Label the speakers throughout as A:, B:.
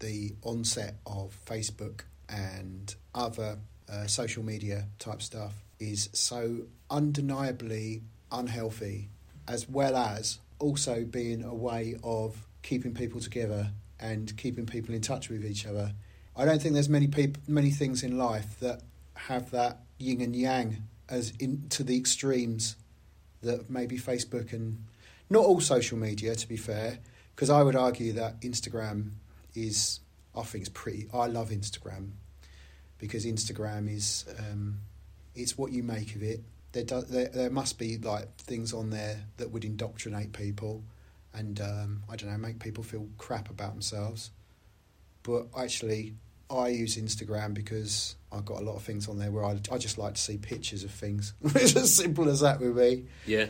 A: the onset of Facebook and other uh, social media type stuff is so undeniably unhealthy, as well as also being a way of keeping people together and keeping people in touch with each other. I don't think there's many peop- many things in life that have that yin and yang as in to the extremes that maybe Facebook and not all social media, to be fair, because I would argue that Instagram is I think it's pretty. I love Instagram because Instagram is um, it's what you make of it. There, do, there there must be like things on there that would indoctrinate people, and um, I don't know, make people feel crap about themselves. But actually, I use Instagram because I've got a lot of things on there where I, I just like to see pictures of things. it's as simple as that with me.
B: Yeah.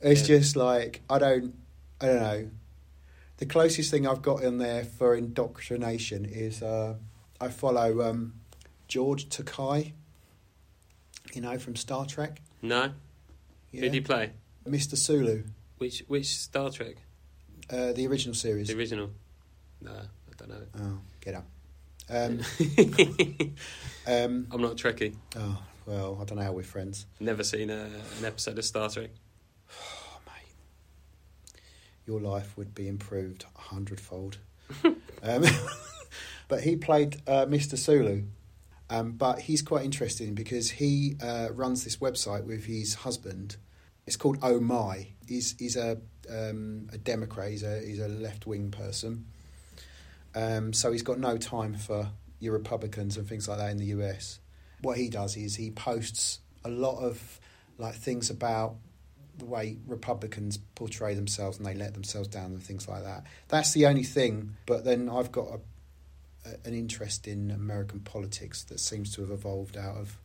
A: It's
B: Yeah.
A: just like I don't, I don't know. The closest thing I've got in there for indoctrination is uh, I follow um, George Takai, you know, from Star Trek.
B: No. Who
A: Yeah.
B: do you play?
A: Mr. Sulu,
B: Which which Star Trek?
A: uh, the original series.
B: The original. No, I don't know.
A: oh, get up. Um, um,
B: I'm not a Trekkie.
A: oh, well, I don't know how we're friends.
B: Never seen a, an episode of Star Trek.
A: Oh, mate. Your life would be improved a hundredfold. um, but he played uh, Mr. Sulu. Um, but he's quite interesting because he uh, runs this website with his husband. It's called Oh My. He's, he's a, um, a Democrat, he's a, he's a left wing person. Um, so he's got no time for your Republicans and things like that in the US. What he does is he posts a lot of like things about the way Republicans portray themselves and they let themselves down and things like that. That's the only thing. But then I've got a, a, an interest in American politics that seems to have evolved out of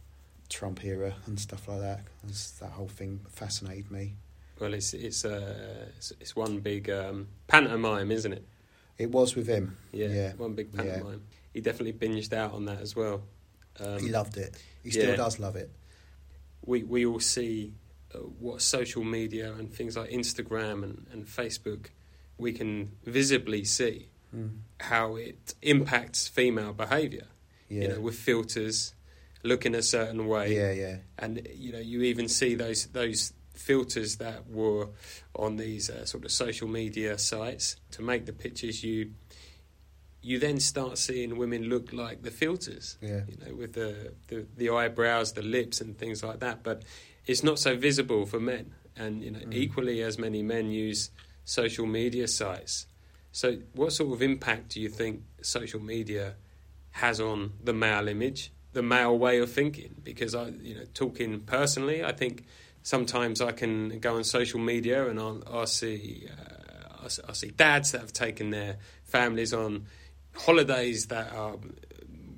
A: Trump era and stuff like that. 'cause that whole thing fascinated me.
B: Well, it's it's uh, it's, it's one big um, pantomime, isn't it?
A: It was with him.
B: Yeah,
A: Yeah.
B: one big
A: Yeah.
B: pantomime. He definitely binged out on that as well. Um,
A: he loved it. He still
B: yeah.
A: does love it.
B: we we all see uh, what social media and things like Instagram and, and Facebook we can visibly see
A: Mm.
B: how it impacts female behavior
A: Yeah.
B: you know with filters looking a certain way
A: yeah, yeah,
B: and you know you even see those those filters that were on these uh, sort of social media sites to make the pictures you you then start seeing women look like the filters
A: yeah.
B: you know, with the, the, the eyebrows, the lips, and things like that. But it's not so visible for men. And you know,
A: Mm.
B: equally as many men use social media sites. So, what sort of impact do you think social media has on the male image, the male way of thinking? Because I, you know, talking personally, I think sometimes I can go on social media and I'll, I'll see uh, I'll, s- I'll see dads that have taken their families on holidays that are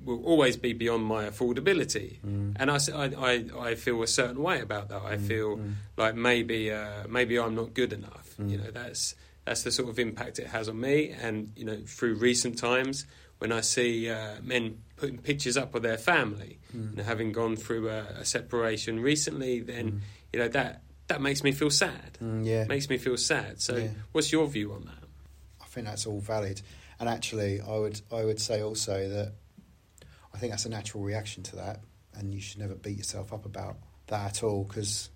B: will always be beyond my affordability.
A: Mm.
B: And I, s- I- I- I feel a certain way about that. I
A: Mm,
B: feel
A: mm.
B: like maybe uh, maybe I'm not good enough.
A: Mm.
B: You know, that's that's the sort of impact it has on me. And you know, through recent times, when I see uh, men putting pictures up of their family
A: Mm.
B: and having gone through a, a separation recently, then
A: Mm.
B: you know that that makes me feel sad.
A: Mm, yeah.
B: Makes me feel sad. So,
A: Yeah.
B: what's your view on that?
A: I think that's all valid. And actually, I would I would say also that I think that's a natural reaction to that, and you should never beat yourself up about that at all because.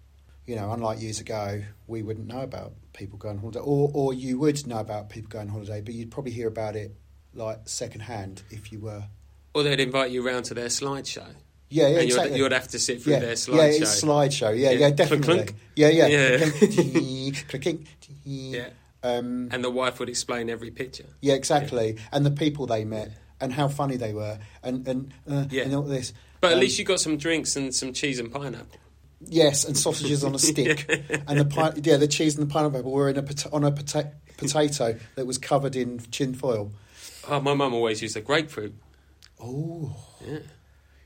A: You know, unlike years ago, we wouldn't know about people going on holiday, or or you would know about people going on holiday, but you'd probably hear about it like secondhand if you were.
B: Or they'd invite you round to their slideshow,
A: Yeah, yeah,
B: and you'd,
A: exactly.
B: you'd have to sit through
A: yeah,
B: their
A: yeah,
B: slideshow.
A: it's slideshow. Yeah,
B: Yeah.
A: yeah,
B: Clunk,
A: definitely.
B: clunk.
A: Yeah, yeah,
B: Yeah.
A: Clicking, clicking,
B: Yeah.
A: Um,
B: And the wife would explain every picture.
A: Yeah, exactly. And the people they met, and how funny they were, and and uh,
B: Yeah.
A: and all this.
B: But at
A: Um,
B: least you got some drinks and some cheese and pineapple.
A: yes, and sausages on a stick, and the pi- yeah, the cheese and the pineapple were in a pot- on a pota- potato that was covered in tin foil.
B: Oh, my mum always used a grapefruit.
A: Oh,
B: Yeah.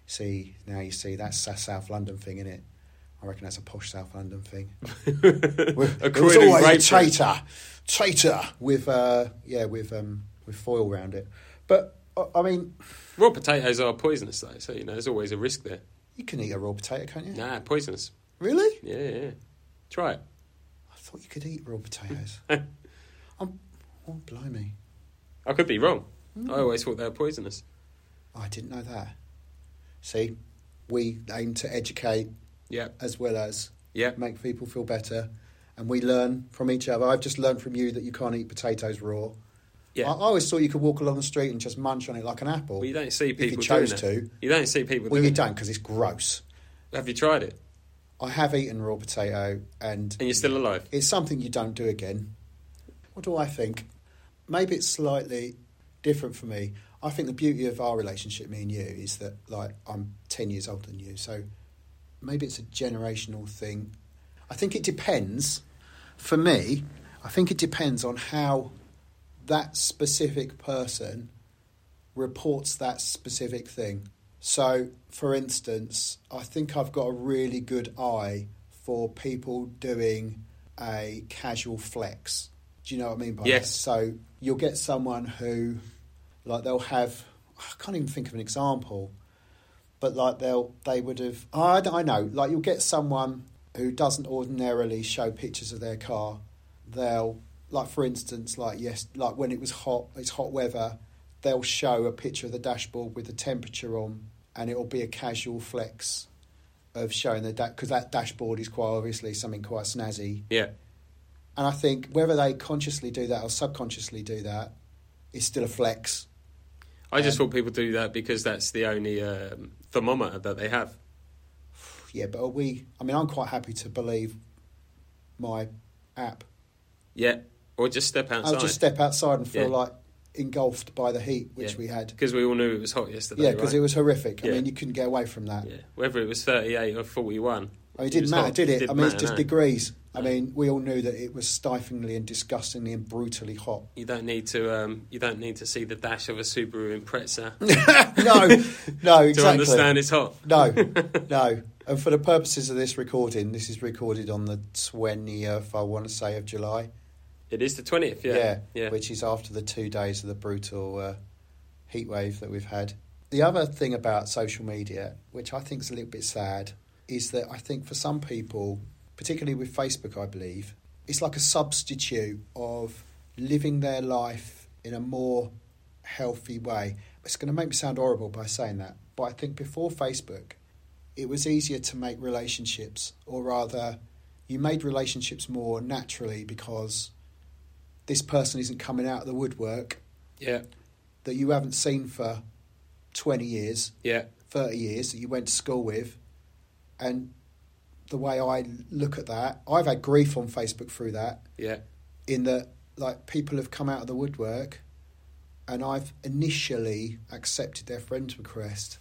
A: see now you see that's a South London thing, isn't it? I reckon that's a posh South London thing.
B: a
A: It was
B: Croydon
A: always a
B: grapefruit.
A: traitor, traitor with uh, yeah with um, with foil round it. But I- I mean,
B: Raw potatoes are poisonous, though, so you know there's always a risk there.
A: you can eat a raw potato, can't you?
B: Nah, poisonous.
A: Really?
B: Yeah, yeah. yeah. Try it.
A: I thought you could eat raw potatoes. I'm, oh, blimey.
B: I could be wrong.
A: Hmm.
B: I always thought they were poisonous.
A: I didn't know that. See, we aim to educate
B: Yeah,
A: as well as
B: yeah,
A: make people feel better, and we learn from each other. I've just learned from you that you can't eat potatoes raw.
B: yeah.
A: I, I always thought you could walk along the street and just munch on it like an apple.
B: well, you don't see people
A: if you chose
B: doing that.
A: to,
B: You don't see people
A: well, you
B: doing that.
A: don't because it's gross.
B: Have you tried it?
A: I have eaten raw potato, and
B: And you're still alive.
A: it's something you don't do again. What do I think? Maybe it's slightly different for me. I think the beauty of our relationship, me and you, is that like I'm ten years older than you, so maybe it's a generational thing. I think it depends. For me, I think it depends on how that specific person reports that specific thing. So, for instance, I think I've got a really good eye for people doing a casual flex. Do you know what I mean by
B: Yes.
A: that? So, you'll get someone who, like, they'll have, I can't even think of an example, but like, they'll, they would have, I, I know, like, you'll get someone who doesn't ordinarily show pictures of their car. They'll, like, for instance, like, yes, like when it was hot, it's hot weather, they'll show a picture of the dashboard with the temperature on, and it'll be a casual flex of showing the da- because that dashboard is quite obviously something quite snazzy.
B: Yeah,
A: And I think whether they consciously do that or subconsciously do that, it's still a flex.
B: I just
A: Um,
B: thought people do that because that's the only um, thermometer that they have.
A: Yeah, but are we? I mean, I'm quite happy to believe my app.
B: Yeah, or just step outside.
A: I'll just step outside and feel
B: Yeah.
A: like engulfed by the heat which
B: Yeah.
A: we had.
B: Because we all knew it was hot yesterday.
A: Yeah, because
B: right?
A: it was horrific.
B: Yeah.
A: I mean, you couldn't get away from that.
B: Yeah. Whether it was 38 or 41.
A: I mean, it didn't
B: was
A: matter,
B: hot.
A: did it? I
B: Didn't
A: mean, it's
B: matter,
A: just
B: no.
A: degrees. I
B: No.
A: mean, we all knew that it was stiflingly and disgustingly and brutally hot.
B: You don't need to. Um, you don't need to see the dash of a Subaru Impreza
A: no, no, exactly.
B: to understand it's hot.
A: No, no. And for the purposes of this recording, this is recorded on the 20th, I want to say, of July.
B: It is the twentieth. Yeah, yeah.
A: Which is after the two days of the brutal uh, heat wave that we've had. The other thing about social media, which I think is a little bit sad, is that I think for some people, particularly with Facebook, I believe, it's like a substitute of living their life in a more healthy way. It's going to make me sound horrible by saying that, but I think before Facebook, it was easier to make relationships, or rather, you made relationships more naturally because this person isn't coming out of the woodwork
B: yeah,
A: that you haven't seen for 20 years,
B: yeah,
A: 30 years that you went to school with. And the way I look at that, I've had grief on Facebook through that,
B: yeah,
A: in that, like, people have come out of the woodwork and I've initially accepted their friend's request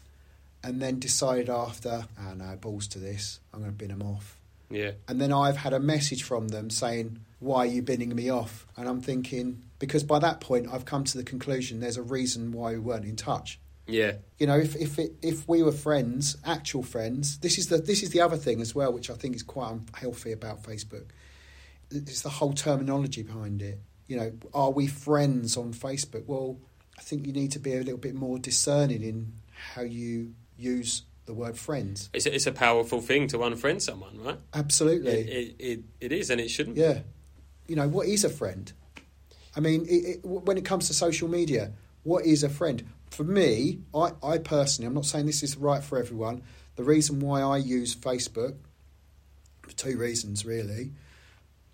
A: and then decided after, oh no, balls to this, I'm going to bin them off.
B: yeah,
A: And then I've had a message from them saying, Why are you binning me off? And I'm thinking, Because by that point, I've come to the conclusion there's a reason why we weren't in touch.
B: yeah,
A: You know, if if it, if we were friends, actual friends, this is the this is the other thing as well, which I think is quite unhealthy about Facebook. It's the whole terminology behind it. You know, are we friends on Facebook? Well, I think you need to be a little bit more discerning in how you use the word friends.
B: It's a, it's a powerful thing to unfriend someone, right? It,
A: Absolutely.
B: it, it, it is, and it shouldn't.
A: Yeah. You know, what is a friend? I mean, it, it, w- when it comes to social media, what is a friend? For me, I, I personally, I'm not saying this is right for everyone. The reason why I use Facebook, for two reasons really.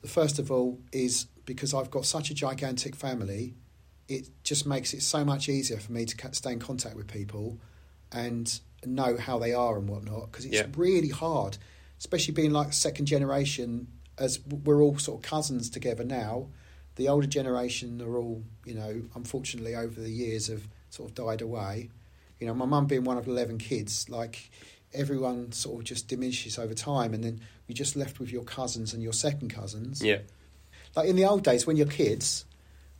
A: The first of all is because I've got such a gigantic family, it just makes it so much easier for me to ca- stay in contact with people and know how they are and whatnot because it's
B: Yeah.
A: really hard, especially being like second generation, as w- we're all sort of cousins together now. The older generation are all, you know, unfortunately over the years have sort of died away. You know, my mum being one of 11 kids, like everyone sort of just diminishes over time, and then you're just left with your cousins and your second cousins
B: yeah,
A: like in the old days when you're kids,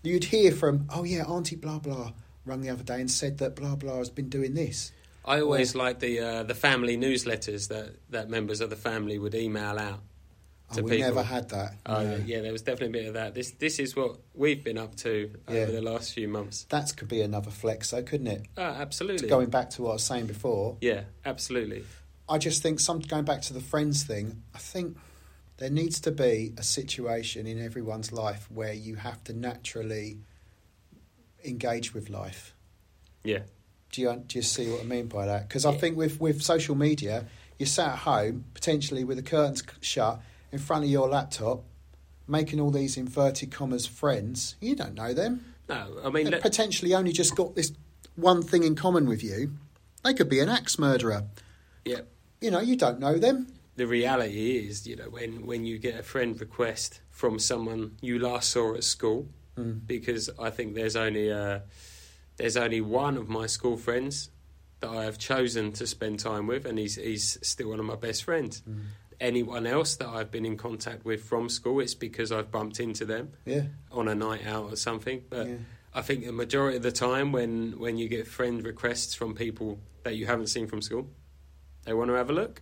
A: you'd hear from, oh yeah, Auntie blah blah rang the other day and said that blah blah has been doing this.
B: I always like the uh, the family newsletters that, that members of the family would email out.
A: And
B: To
A: Oh, we
B: people.
A: never had that.
B: Uh,
A: No.
B: Yeah, there was definitely a bit of that. This this is what we've been up to uh,
A: Yeah.
B: over the last few months.
A: That could be another flex, though, couldn't it?
B: Ah, absolutely.
A: Going back to what I was saying before,
B: Yeah, absolutely.
A: I just think some going back to the friends thing. I think there needs to be a situation in everyone's life where you have to naturally engage with life.
B: Yeah.
A: Do you, do you see what I mean by that? Because I
B: Yeah.
A: think with, with social media, you're sat at home, potentially with the curtains c- shut, in front of your laptop, making all these inverted commas friends. You don't know them.
B: No, I mean,
A: They've
B: let-
A: potentially only just got this one thing in common with you. They could be an axe murderer.
B: yeah.
A: You know, you don't know them.
B: The reality is, you know, when, when you get a friend request from someone you last saw at school,
A: Mm.
B: because I think there's only uh, there's only one of my school friends that I have chosen to spend time with, and he's he's still one of my best friends.
A: Mm.
B: Anyone else that I've been in contact with from school, it's because I've bumped into them
A: Yeah.
B: on a night out or something. But
A: yeah.
B: I think the majority of the time, when when you get friend requests from people that you haven't seen from school, they want to have a look.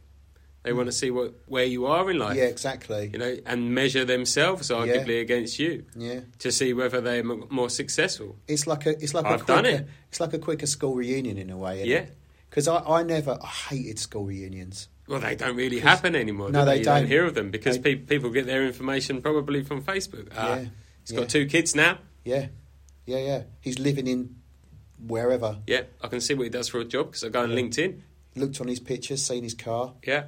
B: They want to see what where you are in life,
A: Mm. yeah, exactly.
B: you know, and measure themselves arguably against you
A: Yeah.
B: to see whether they're m- more successful.
A: It's like a it's like a
B: I've
A: quicker,
B: done it.
A: it's like a quicker school reunion in a way.
B: Yeah.
A: Because I, I never I hated school reunions.
B: Well, they don't really
A: 'Cause-
B: happen anymore.
A: No,
B: do
A: they
B: You don't
A: don't.
B: hear of them because
A: They-
B: pe- people get their information probably from Facebook. Ah,
A: Yeah,
B: he's got
A: yeah.
B: two kids now.
A: Yeah. Yeah, yeah. He's living in wherever.
B: Yeah, I can see what he does for a job because I go on
A: Yeah.
B: LinkedIn.
A: Looked on his pictures, seen his car.
B: Yeah,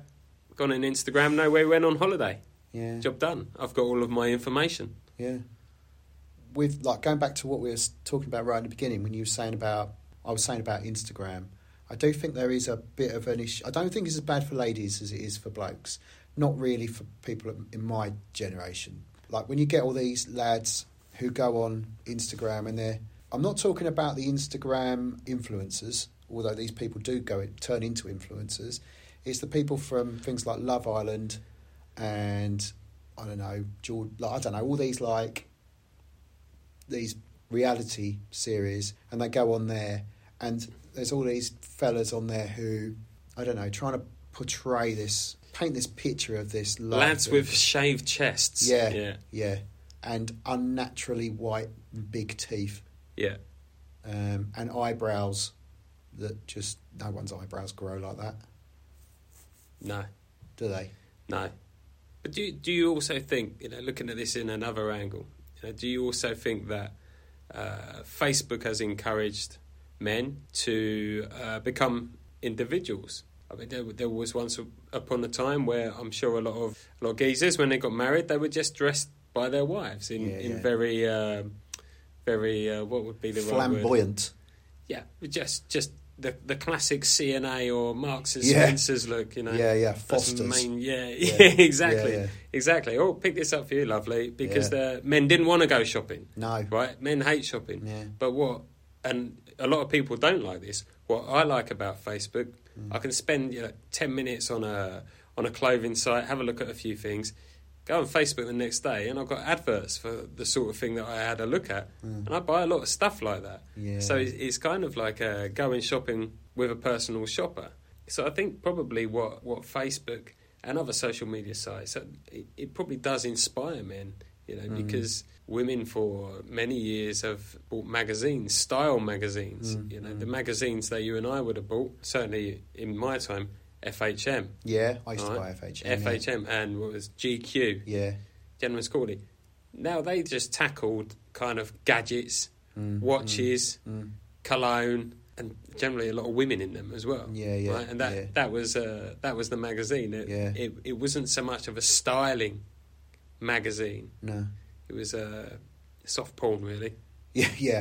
B: gone on Instagram. Know where he went on holiday.
A: Yeah.
B: Job done. I've got all of my information.
A: Yeah. With like going back to what we were s- talking about right at the beginning when you were saying about I was saying about Instagram. I do think there is a bit of an issue. I don't think it's as bad for ladies as it is for blokes. Not really for people in my generation. Like when you get all these lads who go on Instagram and they're I'm not talking about the Instagram influencers, although these people do go turn into influencers. It's the people from things like Love Island and I don't know, George, like, I don't know, all these like these reality series, and they go on there, and there's all these fellas on there who I don't know, trying to portray this, paint this picture of this life
B: Lads
A: of-
B: with shaved chests.
A: Yeah.
B: yeah,
A: yeah, and unnaturally white, big teeth,
B: yeah.
A: um, and eyebrows that just no one's eyebrows grow like that,
B: No,
A: do they?
B: no. But do do you also think you know looking at this in another angle? You know, do you also think that uh, Facebook has encouraged men to uh, become individuals? I mean, there, there was once upon a time where I'm sure a lot of a lot of geezers when they got married they were just dressed by their wives in
A: Yeah,
B: in
A: yeah.
B: very. um very uh, what would be the right word?
A: Flamboyant,
B: Yeah, just just the the classic CNA or Marks and
A: Yeah.
B: Spencers look, you know.
A: yeah, yeah,
B: That's
A: Foster's,
B: the main, yeah,
A: Yeah.
B: yeah, exactly,
A: Yeah, yeah.
B: exactly. Oh, pick this up for you, lovely, because
A: Yeah.
B: the men didn't want to go shopping,
A: no,
B: right? Men hate shopping,
A: yeah,
B: but what? And a lot of people don't like this. What I like about Facebook,
A: Mm.
B: I can spend you know ten minutes on a on a clothing site, have a look at a few things, go on Facebook the next day, and I've got adverts for the sort of thing that I had a look at,
A: Mm.
B: and I buy a lot of stuff like that.
A: yeah.
B: So it's, it's kind of like uh, going shopping with a personal shopper. So I think probably what, what Facebook and other social media sites uh, it, it probably does inspire men, you know,
A: Mm.
B: because women for many years have bought magazines, style magazines,
A: Mm,
B: you know,
A: mm.
B: the magazines that you and I would have bought certainly in my time, FHM,
A: Yeah, I used
B: Alright.
A: to buy FHM. yeah.
B: FHM, and what was GQ,
A: Yeah.
B: Gentleman's Quarterly. Now they just tackled kind of gadgets,
A: Mm,
B: watches
A: mm,
B: cologne, and generally a lot of women in them as well.
A: mm. Yeah, yeah.
B: Right? And that
A: yeah.
B: that was uh, that was the magazine. It,
A: Yeah.
B: it it wasn't so much of a styling magazine.
A: No.
B: It was a uh, soft porn, really.
A: Yeah, yeah.